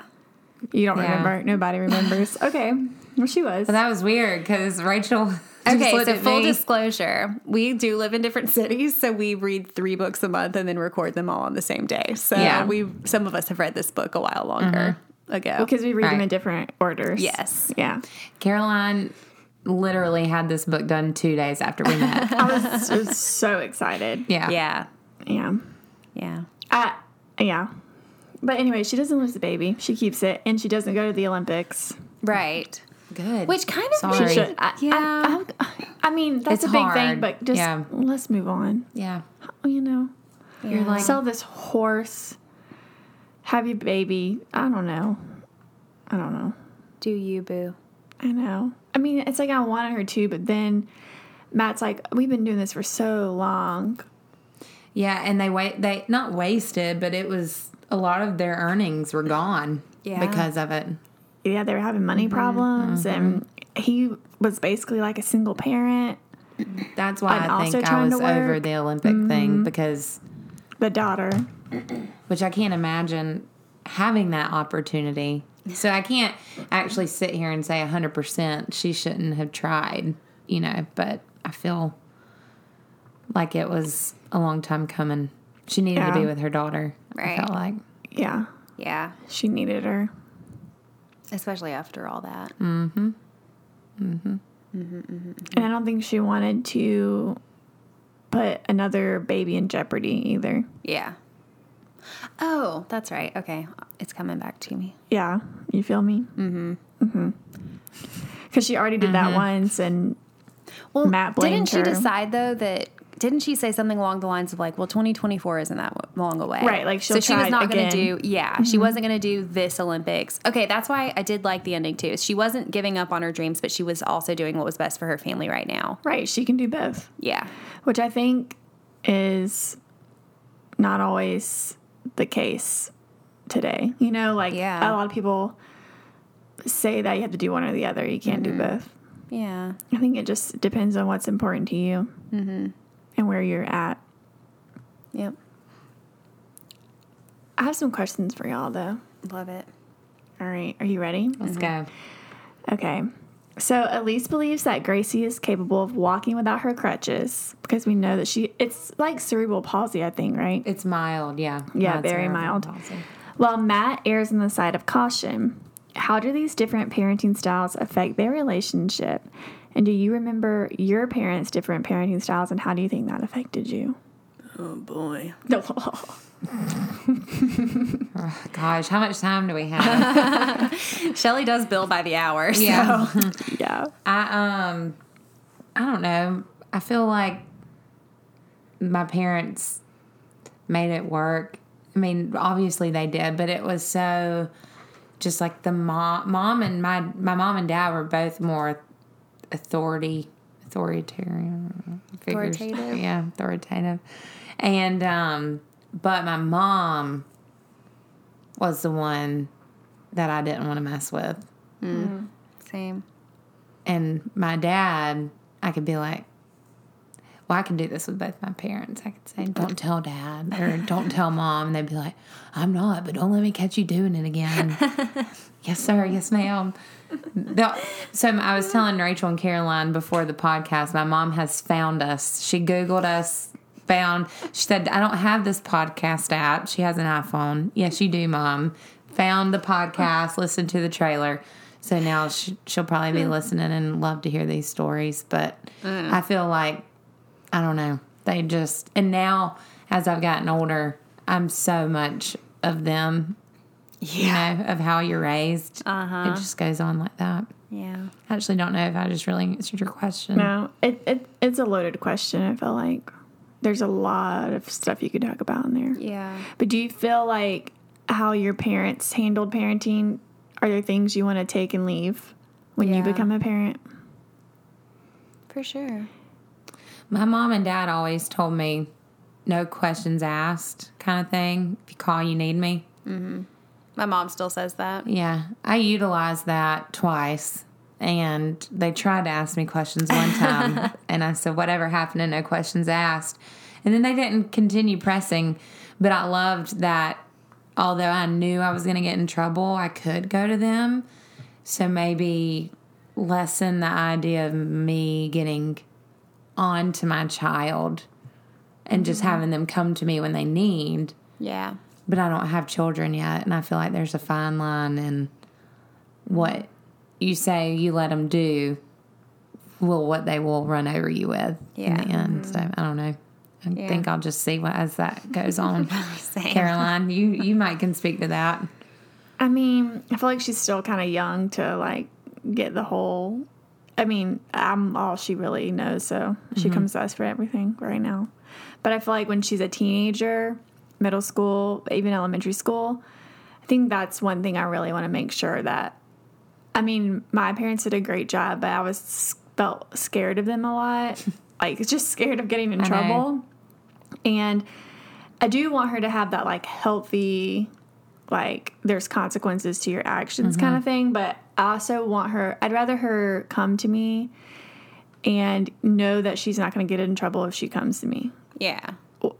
You don't
Yeah.
remember. Nobody remembers. Okay. Well, she was.
But that was weird because Rachel. (laughs) just
Okay,
looked
so
at
full
me.
disclosure, we do live in different (laughs) cities, so we read three books a month and then record them all on the same day. So
Yeah.
we, some of us have read this book a while longer ago.
because we read them
Right.
in different orders.
Yes.
Yeah.
Caroline literally had this book done two days after we met.
I was, I was so excited.
(laughs) Yeah.
Yeah,
Yeah.
yeah.
I, yeah. But anyway, she doesn't lose the baby. She keeps it, and she doesn't go to the Olympics.
Right.
Good.
Which kind of
Sorry.
makes-
She should. I,
Yeah.
yeah. I, I mean,
It's
that's a big
hard.
thing, but just
Yeah.
let's move on.
Yeah.
You know,
You're like.
sell this horse, have your baby. I don't know. I don't know.
Do you, boo?
I know. I mean, it's like I wanted her to, but then Matt's like, we've been doing this for so long.
yeah, and they wait. They not wasted, but it was a lot of their earnings were gone.
Yeah.
Because of it.
Yeah, they were having money
Mm-hmm.
problems, and he was basically like a single parent.
That's why
And
i
also
think I
trying
was
to work.
over the Olympic thing because
The daughter.
which I can't imagine having that opportunity. So I can't actually sit here and say 100% she shouldn't have tried, you know, but I feel like it was a long time coming. She needed to be
Yeah.
with her daughter. I
Right.
felt like.
Yeah,
Yeah,
she needed her.
especially after all that.
And I don't think she wanted to put another baby in jeopardy either.
Yeah. Oh, that's right. Okay. It's coming back to me.
Yeah, you feel me? Mm-hmm. Mm-hmm. Because she already did that once, and
Well,
Matt
didn't
blamed
she
her.
decide though that didn't she say something along the lines of like, well, 2024 isn't that w- long away,
Right, like, she'll
so she
try
was
it
not gonna
again.
do. Yeah, she wasn't going to do this Olympics. Okay, that's why I did like the ending too. She wasn't giving up on her dreams, but she was also doing what was best for her family right now.
right, she can do both,
Yeah,
which I think is not always the case today. You know, like
Yeah.
a lot of people say that you have to do one or the other, you can't do both.
yeah.
I think it just depends on what's important to you. Mm-hmm. and where you're at.
Yep.
I have some questions for y'all though.
Love it.
All right, are you ready?
Let's
Mm-hmm.
go.
Okay. So Elise believes that Gracie is capable of walking without her crutches because we know that she it's like cerebral palsy, I think, right?
It's mild, yeah.
Yeah,
Mild
very
cerebral
mild.
palsy.
While Matt errs on the side of caution. How do these different parenting styles affect their relationship? And do you remember your parents' different parenting styles and how do you think that affected you?
Oh
(laughs)
boy.
Gosh, how much time do we
(laughs)
have?
Shelly does bill by the hour. (laughs) So.
yeah.
yeah.
I um I don't know. I feel like my parents made it work. I mean, obviously they did, but it was so just like the mom mom and my my mom and dad were both more authority authoritarian figures.
Authoritative.
(laughs) Yeah, authoritative. And um but my mom was the one that I didn't want to mess with
Same.
and my dad, I could be like, well, I can do this with both my parents. I could say, don't tell dad or don't tell mom. And they'd be like, I'm not, but don't let me catch you doing it (laughs) again. yes, sir. Yes, ma'am. The- so I was telling Rachel and Caroline before the podcast, my mom has found us. She Googled us, found, she said, I don't have this podcast app. She has an iPhone. Yes, you do, mom. Found the podcast, listened to the trailer. So now she, she'll probably be listening and love to hear these stories. But I feel like I don't know. They just and now as I've gotten older, I'm so much of them. You know, of how you're raised. It just goes on like that.
Yeah.
I actually don't know if I just really answered your question.
No, it, it it's a loaded question. I feel like there's a lot of stuff you could talk about in there.
Yeah.
But do you feel like how your parents handled parenting? Are there things you want to take and leave when
Yeah.
you become a parent?
For sure.
My mom and dad always told me, no questions asked kind of thing. If you call, you need me.
My mom still says that.
Yeah, I utilized that twice, and they tried to ask me questions one time, and I said, "Whatever happened to no questions asked?" And then they didn't continue pressing, but I loved that. Although I knew I was going to get in trouble, I could go to them, so maybe lessen the idea of me getting on to my child and just having them come to me when they need
Yeah.
but I don't have children yet, and I feel like there's a fine line in what you say you let them do, will what they will run over you with in
Yeah.
the end. So I don't know. I
Yeah.
think I'll just see what as that goes on.
Same.
Caroline, you you might can speak to that.
I mean, I feel like she's still kind of young to like get the whole. I mean, I'm all she really knows, so she comes to us for everything right now. But I feel like when she's a teenager, middle school, even elementary school, I think that's one thing I really want to make sure that. I mean, my parents did a great job, but I was s- felt scared of them a lot, like just scared of getting in
know.
trouble. And I do want her to have that like healthy like there's consequences to your actions
Mm-hmm.
kind of thing but i also want her i'd rather her come to me and know that she's not going to get in trouble if she comes to me
Yeah.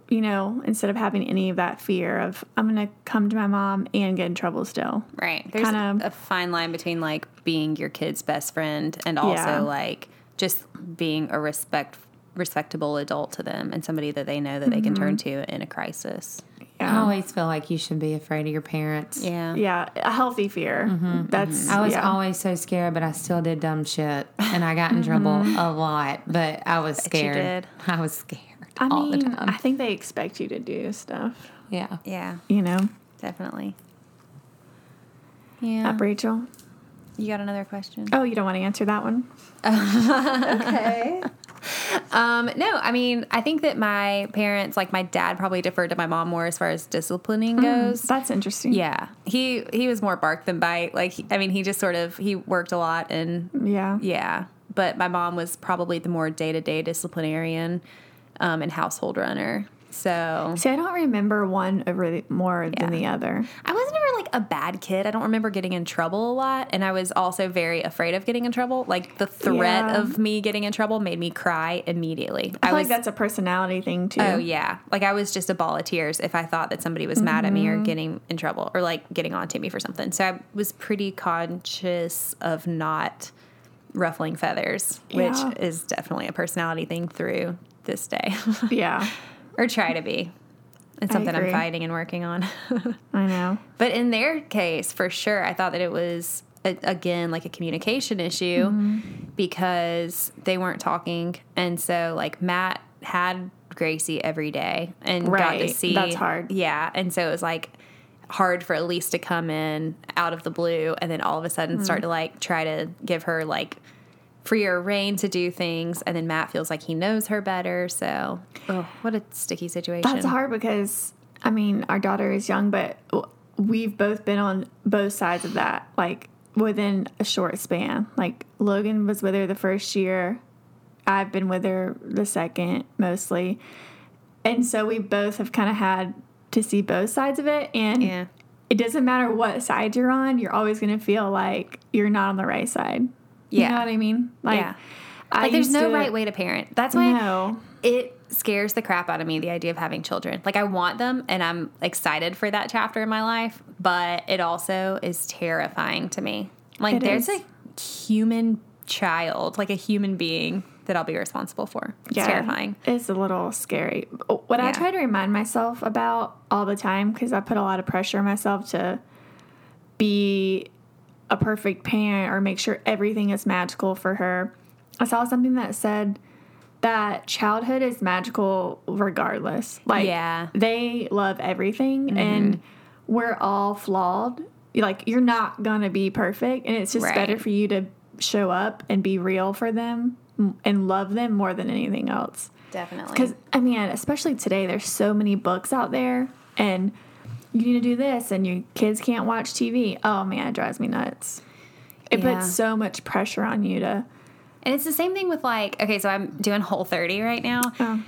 you know instead of having any of that fear of i'm going to come to my mom and get in trouble still
Right. There's
Kinda-
a fine line between like being your kid's best friend and also
Yeah.
like just being a respect respectable adult to them and somebody that they know that they can turn
Mm-hmm.
to in a crisis.
I always feel like you should be afraid of your parents.
Yeah.
yeah a healthy fear that's
Mm-hmm, I was
yeah.
always so scared, but I still did dumb shit, and I got in trouble a lot. But I was
you
scared.
did.
I was scared
i
all the
mean
time.
i think they expect you to do stuff
yeah.
Yeah,
you know
definitely. Yeah.
up rachel
You got another question?
oh you don't want to answer that one
okay. Um, no, I mean, I think that my parents, like my dad, probably deferred to my mom more as far as disciplining
Hmm.
goes.
that's interesting
Yeah, he he was more bark than bite. Like, he- I mean, he just sort of he worked a lot and
yeah
yeah. But my mom was probably the more day to day disciplinarian um, and household runner. So
See, I don't remember one over the, more than the other.
I wasn't ever like a bad kid. I don't remember getting in trouble a lot. And I was also very afraid of getting in trouble. Like the threat
Yeah.
of me getting in trouble made me cry immediately.
I feel
was
like that's a personality thing too.
Oh yeah, like I was just a ball of tears if I thought that somebody was mad at me
Mm-hmm.
or getting in trouble or like getting on to me for something. So I was pretty conscious of not ruffling feathers, which
Yeah.
is definitely a personality thing through this day, (laughs)
Yeah,
or try to be. It's
I
something I'm
agree.
fighting and working on. (laughs)
I know.
But in their case, for sure, I thought that it was a, again like a communication issue
Mm-hmm.
because they weren't talking, and so like Matt had Gracie every day and got to
Right.
see
That's hard.
Yeah, and so it was like hard for Elise to come in out of the blue and then all of a sudden
Mm-hmm.
start to like try to give her like freer reign to do things and then Matt feels like he knows her better so oh, what a sticky situation
That's hard because I mean our daughter is young, but w- we've both been on both sides of that, like within a short span. Like Logan was with her the first year, I've been with her the second mostly, and so we both have kind of had to see both sides of it. And
yeah
it doesn't matter what side you're on, you're always going to feel like you're not on the right side.
Yeah.
you know what I mean. Like,
Yeah.
I
like there's
used
no
to-
right way to parent that's why
No,
it scares the crap out of me the idea of having children like i want them and i'm excited for that chapter in my life but it also is terrifying to me like
It
there's
is.
a human child like a human being that i'll be responsible for it's terrifying
It's a little scary. Oh, What
Yeah.
I try to remind myself about all the time because I put a lot of pressure on myself to be a perfect parent or make sure everything is magical for her. I saw something that said that childhood is magical regardless. Like
Yeah. Mm-hmm.
they love everything and we're all flawed. Like you're not going to be perfect and it's just
Right.
better for you to show up and be real for them m- and love them more than anything else.
definitely
Because, I mean, especially today, there's so many books out there, and you need to do this, and your kids can't watch TV. Oh, man, it drives me nuts. It
Yeah.
puts so much pressure on you to.
and it's the same thing with like okay so i'm doing whole 30 right now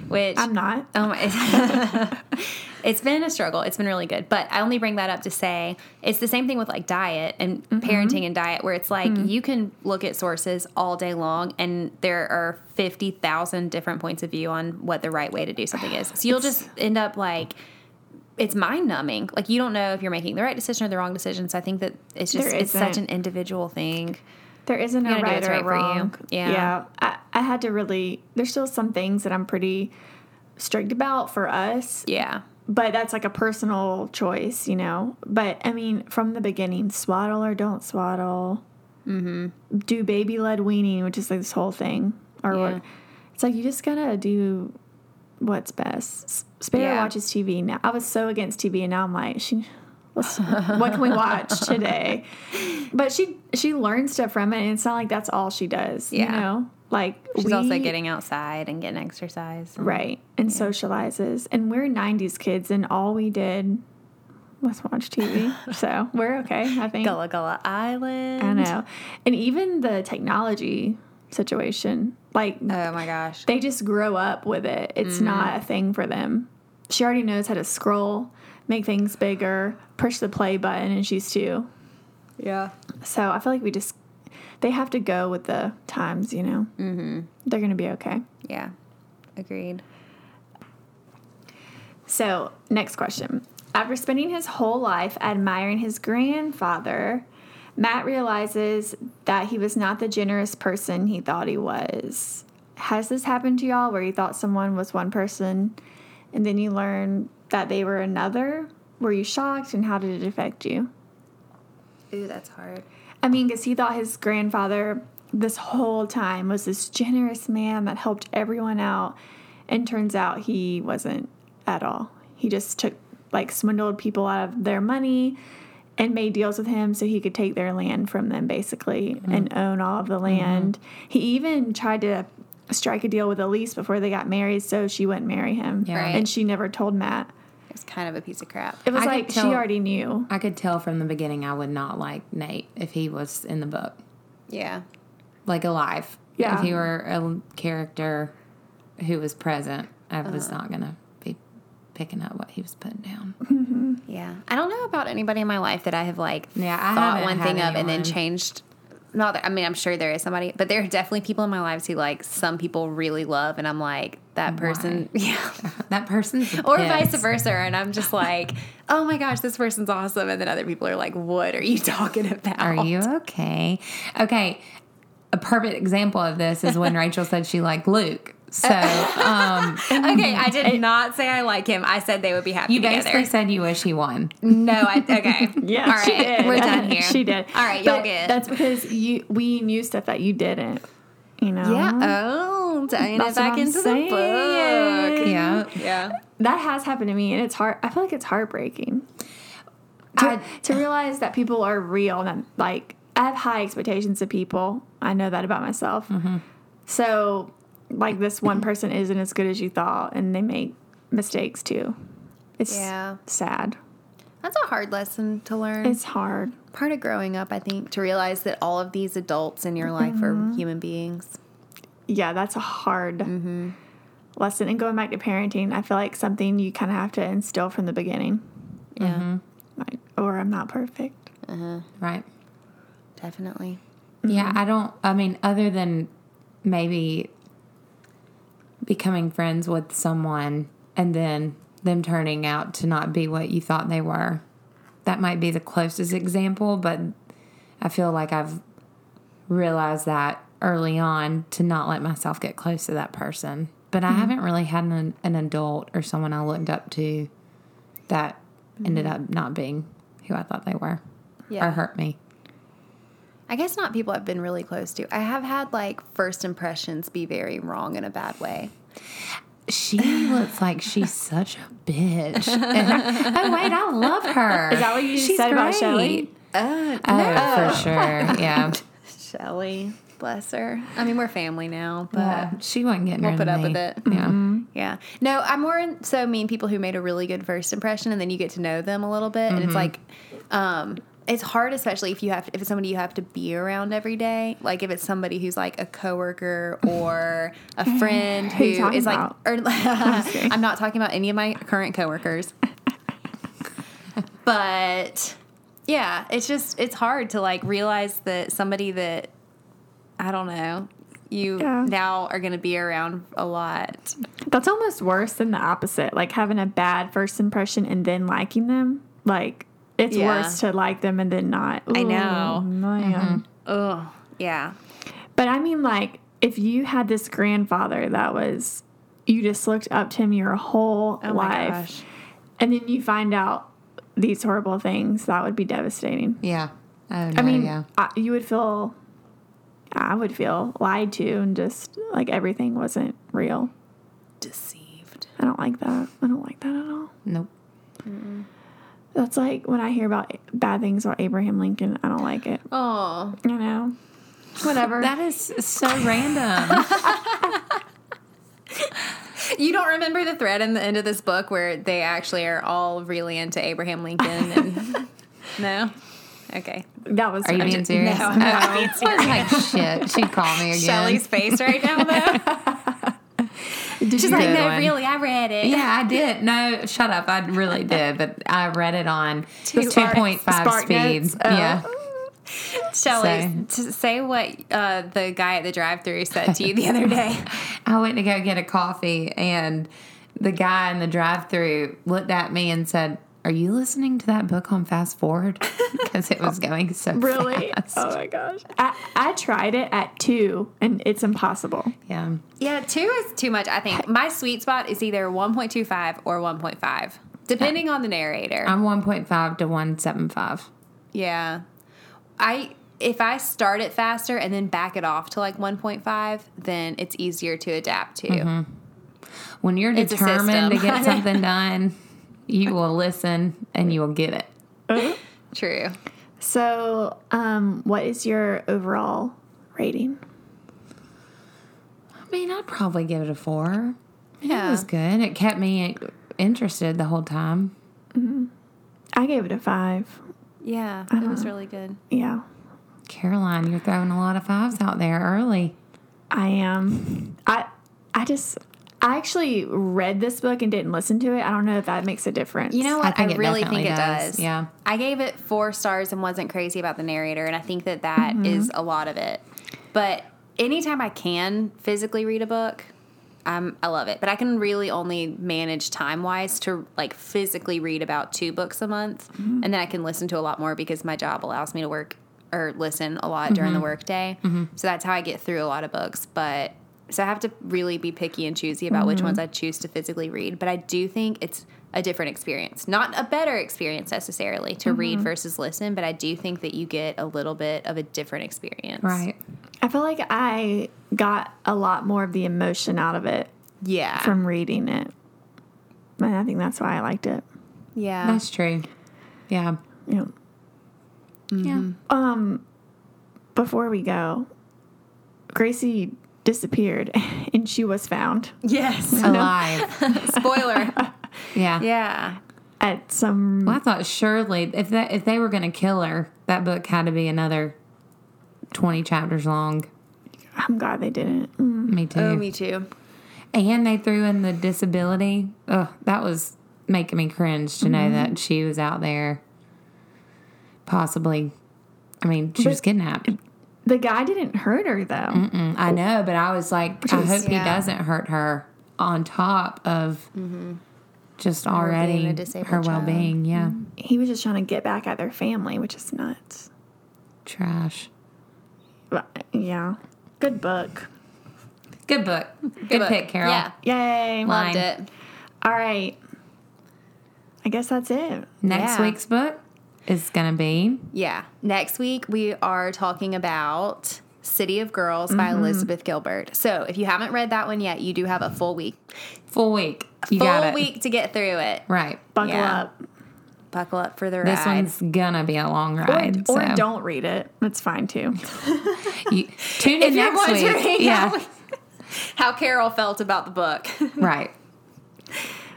which
Oh. I'm not.
Oh my. (laughs) it's been a struggle. It's been really good. But I only bring that up to say it's the same thing with like diet and
Mm-hmm.
parenting and diet, where it's like you can look at sources all day long and there are 50,000 different points of view on what the right way to do something is. So you'll just end up like, it's mind numbing. Like you don't know if you're making the right decision or the wrong decision. So I think that it's just
There
it's such an
isn't.
individual thing.
There isn't a
gotta do
right
what's
or
right for you.
wrong.
Yeah.
yeah. I, I had to really. There's still some things that I'm pretty strict about for us,
Yeah.
but that's like a personal choice, you know. But I mean, from the beginning, swaddle or don't swaddle. Mm-hmm. Do baby led weaning, which is like this whole thing, or
Yeah.
what? It's like you just gotta do what's best. S- Sparrow
Yeah.
watches TV now. I was so against TV, and now I'm like, she. let's- what can
(laughs)
we watch today? But she she learned stuff from it, and it's not like that's all she does.
Yeah.
You know, like
She's also
we-
getting outside and getting exercise.
Right. And socializes. And we're 90s kids, and all we did was
(laughs)
watch TV. so we're okay, I think.
Gullah Gullah Island.
I know. And even the technology situation, like
Oh my gosh.
they just grow up with it. It's
Mm-hmm.
not a thing for them. She already knows how to scroll, make things bigger, push the play button, and she's two.
Yeah.
So I feel like we just, they have to go with the times, you know? Mm-hmm. They're going to be okay.
Yeah. Agreed.
So, next question. After spending his whole life admiring his grandfather, Matt realizes that he was not the generous person he thought he was. Has this happened to y'all where you thought someone was one person and then you learn that they were another? Were you shocked and how did it affect you?
Ooh, that's hard.
I mean, because he thought his grandfather this whole time was this generous man that helped everyone out. And turns out he wasn't at all. He just took, like, swindled people out of their money and made deals with him so he could take their land from them, basically, and own all of the land. He even tried to strike a deal with Elise before they got married so she wouldn't marry him.
Yeah.
Right.
And she never told Matt.
It's kind of a piece of crap.
It was
I could
like she
tell-
already knew.
I could tell from the beginning I would not like Nate if he was in the book,
Yeah.
like alive.
Yeah.
If he were a character who was present, I was not going to be picking up what he was putting down. (laughs)
Yeah. I don't know about anybody in my life that I have like
Yeah, I
thought
haven't
one
had
thing of and then
anyone.
changed. Not that, I mean, I'm sure there is somebody, but there are definitely people in my lives who like some people really love, and I'm like that person, (laughs) yeah,
(laughs) That person's the
or
piss.
vice versa, and I'm
(laughs)
just like, oh my gosh, this person's awesome, and then other people are like, what are you (laughs) talking about?
Are you okay? Okay. A perfect example of this is
(laughs)
when Rachel said she liked Luke. So um,
okay? I
(laughs)
did not say I like him. I said they would be happy
you
together.
basically said you wish he won.
(laughs) no, I
(laughs)
okay.
Yeah,
all right,
she did.
we're
(laughs)
done here.
she did.
All right, y'all
But
good.
That's because you we knew stuff that you didn't. You know.
yeah. Oh, diving
That's what
back
I'm
into
saying.
the book.
Yeah.
Yeah.
That has happened to me, and it's hard. I feel like it's heartbreaking to,
I,
to realize that people are real and I'm, like I have high expectations of people. I know that about myself.
Mm-hmm.
So, like this one person isn't as good as you thought, and they make mistakes too. It's
Yeah. Mm.
sad.
That's a hard lesson to learn.
It's hard.
part of growing up, I think, to realize that all of these adults in your life
Mm-hmm.
are human beings.
yeah, that's a hard lesson. And going back to parenting, I feel like something you kind of have to instill from the beginning.
Yeah,
Mm-hmm. Like, or I'm not perfect.
right.
definitely.
Yeah, I don't. I mean, other than maybe becoming friends with someone and then them turning out to not be what you thought they were, that might be the closest example. But I feel like I've realized that early on to not let myself get close to that person. But I haven't really had an, an adult or someone I looked up to that ended up not being who I thought they were
Yeah.
or hurt me.
I guess not people I've been really close to. I have had like first impressions be very wrong in a bad way.
She looks like she's such a bitch. (laughs) And I- oh wait, I love her. Is
that what you just said about Shelley?
Uh,
Oh, for sure. (laughs) Yeah,
Shelly, bless her. I mean, we're family now, but
but she wasn't getting.
we'll
rid
put
of
up
me.
with it.
Yeah,
Mm-hmm. Yeah. No, I more in- so mean people who made a really good first impression and then you get to know them a little bit and
Mm-hmm.
it's like um it's hard especially if you have if it's somebody you have to be around every day. Like if it's somebody who's like a coworker
(laughs)
or a friend
Who you
who
talking
is like
about?
or, (laughs) I'm, not talking about any of my current coworkers. but yeah, it's just it's hard to like realize that somebody that I don't know you
Yeah.
now are going to be around a lot.
That's almost worse than the opposite. Like having a bad first impression and then liking them. Like it's
Yeah.
worse to like them and then not.
I
Ooh,
know.
Man.
Oh, yeah.
But I mean, like, if you had this grandfather that was, you just looked up to him your whole
Oh my
life,
gosh.
and then you find out these horrible things, that would be devastating.
yeah. Oh, no,
I mean,
yeah.
I, you would feel, I would feel lied to, and just like everything wasn't real.
Deceived.
I don't like that. I don't like that at all.
Nope.
That's like when I hear about bad things about Abraham Lincoln. I don't like it.
Oh,
You know, whatever.
That is so random.
you don't remember the thread in the end of this book where they actually are all really into Abraham Lincoln? And, no. Okay.
that was.
(laughs) Are you (laughs) being
(laughs)
serious?
No, I'm not being
I was like, shit. She'd call me again.
Shelly's face right now, though.
Did
She's
you-
like,
Good
no,
one.
really, I read it.
Yeah, I did. No, shut up. I really did, but I read it on two point five
Spark
speed.
notes?
Yeah.
Shelly, t- say what uh, the guy at the drive-through said to you the other day.
(laughs) I went to go get a coffee, and the guy in the drive-through looked at me and said, "Are you listening to that book on fast forward?" (laughs) Because it was going so (laughs)
(laughs)
Really?
fast.
Oh my gosh. I, I tried it at two and it's impossible.
Yeah,
Yeah, two is too much. I think my sweet spot is either 1.25 or 1.5, depending on the narrator.
I'm 1.5 to 1.75.
Yeah. I if I start it faster and then back it off to like 1.5, then it's easier to adapt to.
Mm-hmm. When you're
It's a
determined to
system. (laughs)
get something done, you will listen and you will get it.
True.
So, um, what is your overall rating?
I mean, I'd probably give it a four. It
Yeah.
was good. It kept me interested the whole time.
I gave it a five.
Yeah.
Uh-huh.
It was really good.
Yeah,
Caroline, you're throwing a lot of fives out there early.
I am. I I just I actually read this book and didn't listen to it. I don't know if that makes a difference.
You know what? Oh, I,
think it
really
definitely
think it
does.
does.
Yeah.
I gave it four stars and wasn't crazy about the narrator, and I think that that is
Mm-hmm.
a lot of it. But anytime I can physically read a book, um, I love it. But I can really only manage time wise to like physically read about two books a month, and then I can listen to a lot more because my job allows me to work or listen a lot during the workday. So that's how I get through a lot of books. But so I have to really be picky and choosy about which ones I choose to physically read. But I do think it's a different experience, not a better experience necessarily to read versus listen. But I do think that you get a little bit of a different experience.
Right.
I feel like I got a lot more of the emotion out of it
Yeah.
from reading it. And I think that's why I liked it.
yeah.
That's true. Yeah. Mm-hmm.
Yeah.
(laughs)
Yeah.
Um, before we go, Gracie disappeared (laughs) and she was found
(laughs)
yes.
Alive.
Spoiler.
Yeah.
(laughs) yeah.
at some.
Well, I thought surely if that if they were going to kill her, that book had to be another twenty chapters long.
I'm glad they didn't.
Me too.
Oh, me too.
and they threw in the disability. Ugh, that was making me cringe to
Mm-hmm.
know that she was out there. Possibly, I mean, she was kidnapped.
The guy didn't hurt her though.
Mm, I know, but I was like, I hope he
yeah.
doesn't hurt her. On top of just already
Mm-hmm. being a disabled
her well
child. Mm-hmm.
being, yeah,
He was just trying to get back at their family, which is nuts.
trash.
But, yeah. Good book.
Good book. Good,
book.
pick, Carol.
Yeah.
Yay.
Line.
Loved it.
All right. I guess that's it.
Next
Yeah.
week's book is gonna be
Yeah. Next week, we are talking about City of Girls by
Mm-hmm.
Elizabeth Gilbert. So if you haven't read that one yet, you do have a full week.
full week. You
full
got it.
week to get through it.
Right.
Buckle
Yeah.
up.
Buckle up for the ride.
This one's gonna be a long ride.
Or, or
so
don't read it. It's fine too.
you, tune in
(laughs) if you're
next week.
wondering
yeah.
how, how Carol felt about the book.
(laughs) right.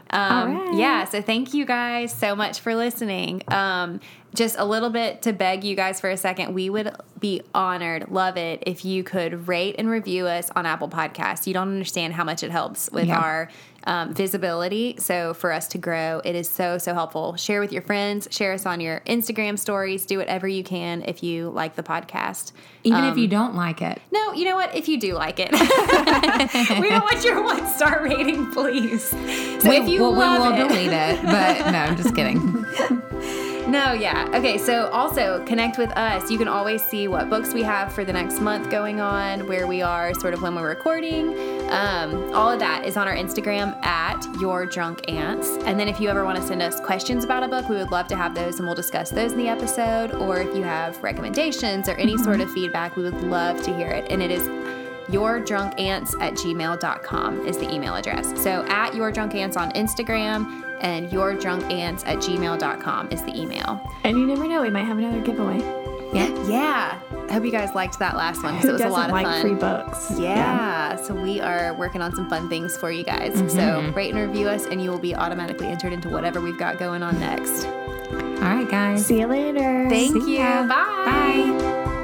Um,
right.
Yeah, so thank you guys so much for listening. Um, just a little bit to beg you guys for a second. We would be honored, love it, if you could rate and review us on Apple Podcasts. You don't understand how much it helps with
Yeah.
our um, visibility. So for us to grow, it is so, so helpful. Share with your friends, share us on your Instagram stories, do whatever you can if you like the podcast.
Even if you don't like it,
No, you know what? If you do like it, (laughs) we don't want your one star rating, please. So if you
well,
love
we will
it,
delete it. But no, I'm just
(laughs)
kidding.
No, yeah. Okay, so also connect with us. You can always see what books we have for the next month going on, where we are, sort of when we're recording. Um, all of that is on our Instagram at Your Drunk Ants. And then if you ever want to send us questions about a book, we would love to have those and we'll discuss those in the episode. Or if you have recommendations or any sort of feedback, we would love to hear it. And it is yourdrunkants at gmail.com is the email address. So at yourdrunkants on Instagram and yourdrunkants at gmail.com is the email.
And you never know, we might have another giveaway. Who
Yeah.
Yeah. I hope you guys liked that last one because it was a
doesn't
lot of
like
fun.
free books?
yeah. So we are working on some fun things for you guys. So rate and review us and you will be automatically entered into whatever we've got going on next.
All right, guys.
See you later.
Thank
See
you.
ya.
Bye.
Bye.